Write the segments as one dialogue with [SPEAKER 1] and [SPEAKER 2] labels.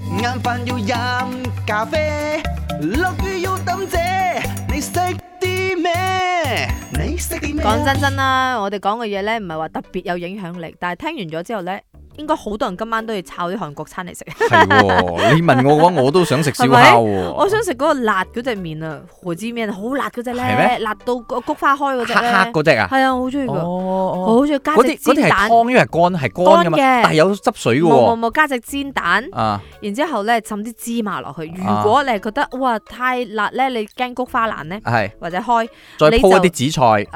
[SPEAKER 1] 晏飯要飲咖啡，落雨要抌遮，你識啲咩？你識
[SPEAKER 2] 啊
[SPEAKER 1] 啲咩？
[SPEAKER 3] 講真真啦，我哋講嘅嘢咧，唔係話特別有影響力，但係聽完咗之後咧，應該好多人今晚都要炒啲韓國餐 嚟食。
[SPEAKER 2] 係喎，你問我嘅話，我都想食燒
[SPEAKER 3] 係咪
[SPEAKER 2] 烤喎。
[SPEAKER 3] 我想食嗰個辣嗰只面啊，何枝面好辣嗰只
[SPEAKER 2] 係
[SPEAKER 3] 咧
[SPEAKER 2] 咩，
[SPEAKER 3] 辣到個菊花開嗰只
[SPEAKER 2] 黑
[SPEAKER 3] 咧，
[SPEAKER 2] 黑
[SPEAKER 3] 係
[SPEAKER 2] 嗰只啊？
[SPEAKER 3] 啊，我好中意㗎，我
[SPEAKER 2] 哦，
[SPEAKER 3] 好中意加
[SPEAKER 2] 嗰
[SPEAKER 3] 隻
[SPEAKER 2] 啲嗰啲
[SPEAKER 3] 煎
[SPEAKER 2] 係
[SPEAKER 3] 蛋，
[SPEAKER 2] 湯，因為乾係乾噶嘛，
[SPEAKER 3] 乾嘅
[SPEAKER 2] 但係有汁水嘅
[SPEAKER 3] 冇冇
[SPEAKER 2] 喎。
[SPEAKER 3] 冇加隻煎蛋，
[SPEAKER 2] 啊，
[SPEAKER 3] 然之後咧浸啲芝麻落去。如
[SPEAKER 2] 啊
[SPEAKER 3] 果你係覺得哇太辣咧，你驚菊花爛咧，
[SPEAKER 2] 係，
[SPEAKER 3] 或者開
[SPEAKER 2] 再
[SPEAKER 3] 你就
[SPEAKER 2] 鋪一啲紫菜、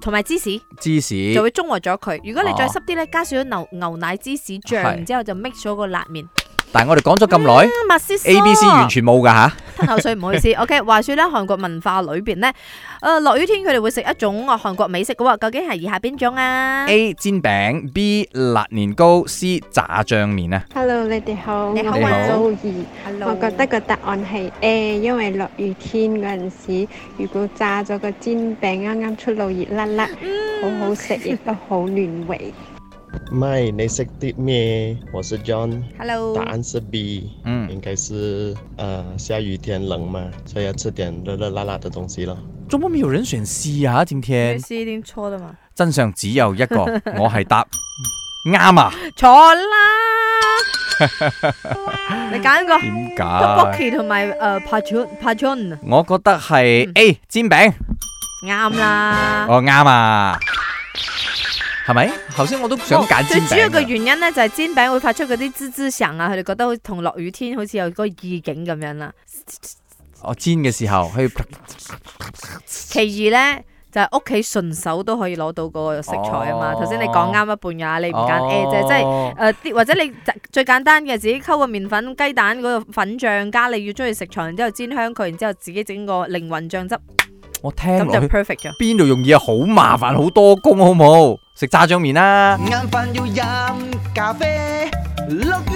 [SPEAKER 3] 同埋芝士。
[SPEAKER 2] 芝
[SPEAKER 3] 就
[SPEAKER 2] 士，
[SPEAKER 3] 會中和咗佢。如果你再
[SPEAKER 2] 哦
[SPEAKER 3] 濕啲咧，加少咗牛牛奶芝士醬，
[SPEAKER 2] 係
[SPEAKER 3] 然之後就 mix 咗個辣面。
[SPEAKER 2] 但係我哋講咗咁耐
[SPEAKER 3] 嗯麥絲
[SPEAKER 2] ，A、B、C 完全冇㗎吓。
[SPEAKER 3] 吞口水，唔好 意思。OK，話說咧，韓國文化裏邊咧，誒落雨天佢哋會食一種啊韓國美食嘅喎，究竟係以下邊種啊？
[SPEAKER 2] A 煎餅，B 辣年糕，C 炸醬面啊。
[SPEAKER 4] Hello，你哋好，
[SPEAKER 3] 你
[SPEAKER 4] 我
[SPEAKER 3] 好
[SPEAKER 2] 啊
[SPEAKER 4] 係周怡。
[SPEAKER 3] Hello
[SPEAKER 4] 我覺得個答案係 A，因為落雨天嗰陣時，如果炸咗個煎餅，啱啱出爐熱辣辣，
[SPEAKER 3] 嗯
[SPEAKER 4] 好好食，亦都好暖胃。
[SPEAKER 5] 麦你识啲咩？我是 John，答
[SPEAKER 3] Hello，
[SPEAKER 5] 案是 B，
[SPEAKER 2] 嗯，
[SPEAKER 5] 应该是呃下雨天冷嘛，所以要吃点热热辣辣的东西咯。
[SPEAKER 2] 做乜有人選 C 啊？今天
[SPEAKER 3] 是一定錯的 嘛？
[SPEAKER 2] 真相只有一 個，我係答啱啊？
[SPEAKER 3] 錯啦！你揀個
[SPEAKER 2] 點
[SPEAKER 3] t o b o
[SPEAKER 2] 解？
[SPEAKER 3] k i 同埋呃誒 p a c h o n p a c h o n
[SPEAKER 2] 我覺得
[SPEAKER 3] 嗯
[SPEAKER 2] 係 A 煎餅。
[SPEAKER 3] 啱啦。
[SPEAKER 2] 哦，啱啊，係咪？頭先我都想揀
[SPEAKER 3] 哦最
[SPEAKER 2] 煎
[SPEAKER 3] 主要
[SPEAKER 2] 餅
[SPEAKER 3] 嘅
[SPEAKER 2] 㗎。
[SPEAKER 3] 原因咧，就係煎餅會發出嗰啲滋滋聲啊，佢哋覺得好似同落雨天好似有嗰個意境咁樣啦。
[SPEAKER 2] 我哦煎嘅時候，去
[SPEAKER 3] 其二咧就係屋企順手都可以攞到嗰個食材啊嘛。
[SPEAKER 2] 哦
[SPEAKER 3] 頭先你講啱一半㗎，你唔揀 A 啫，即係。
[SPEAKER 2] 係
[SPEAKER 3] 誒啲或者你就最簡單嘅自己溝個麵粉、雞蛋嗰個粉醬加你要中意食材，然之後煎香佢，然之後自己整個靈魂醬汁，
[SPEAKER 2] 我聽
[SPEAKER 3] 咁
[SPEAKER 2] 落
[SPEAKER 3] 就
[SPEAKER 2] 去
[SPEAKER 3] perfect 咗。
[SPEAKER 2] 邊度容易啊？好麻煩，好多工，好冇？食炸醬麵啦。
[SPEAKER 1] 晏飯要飲咖啡，落雨啊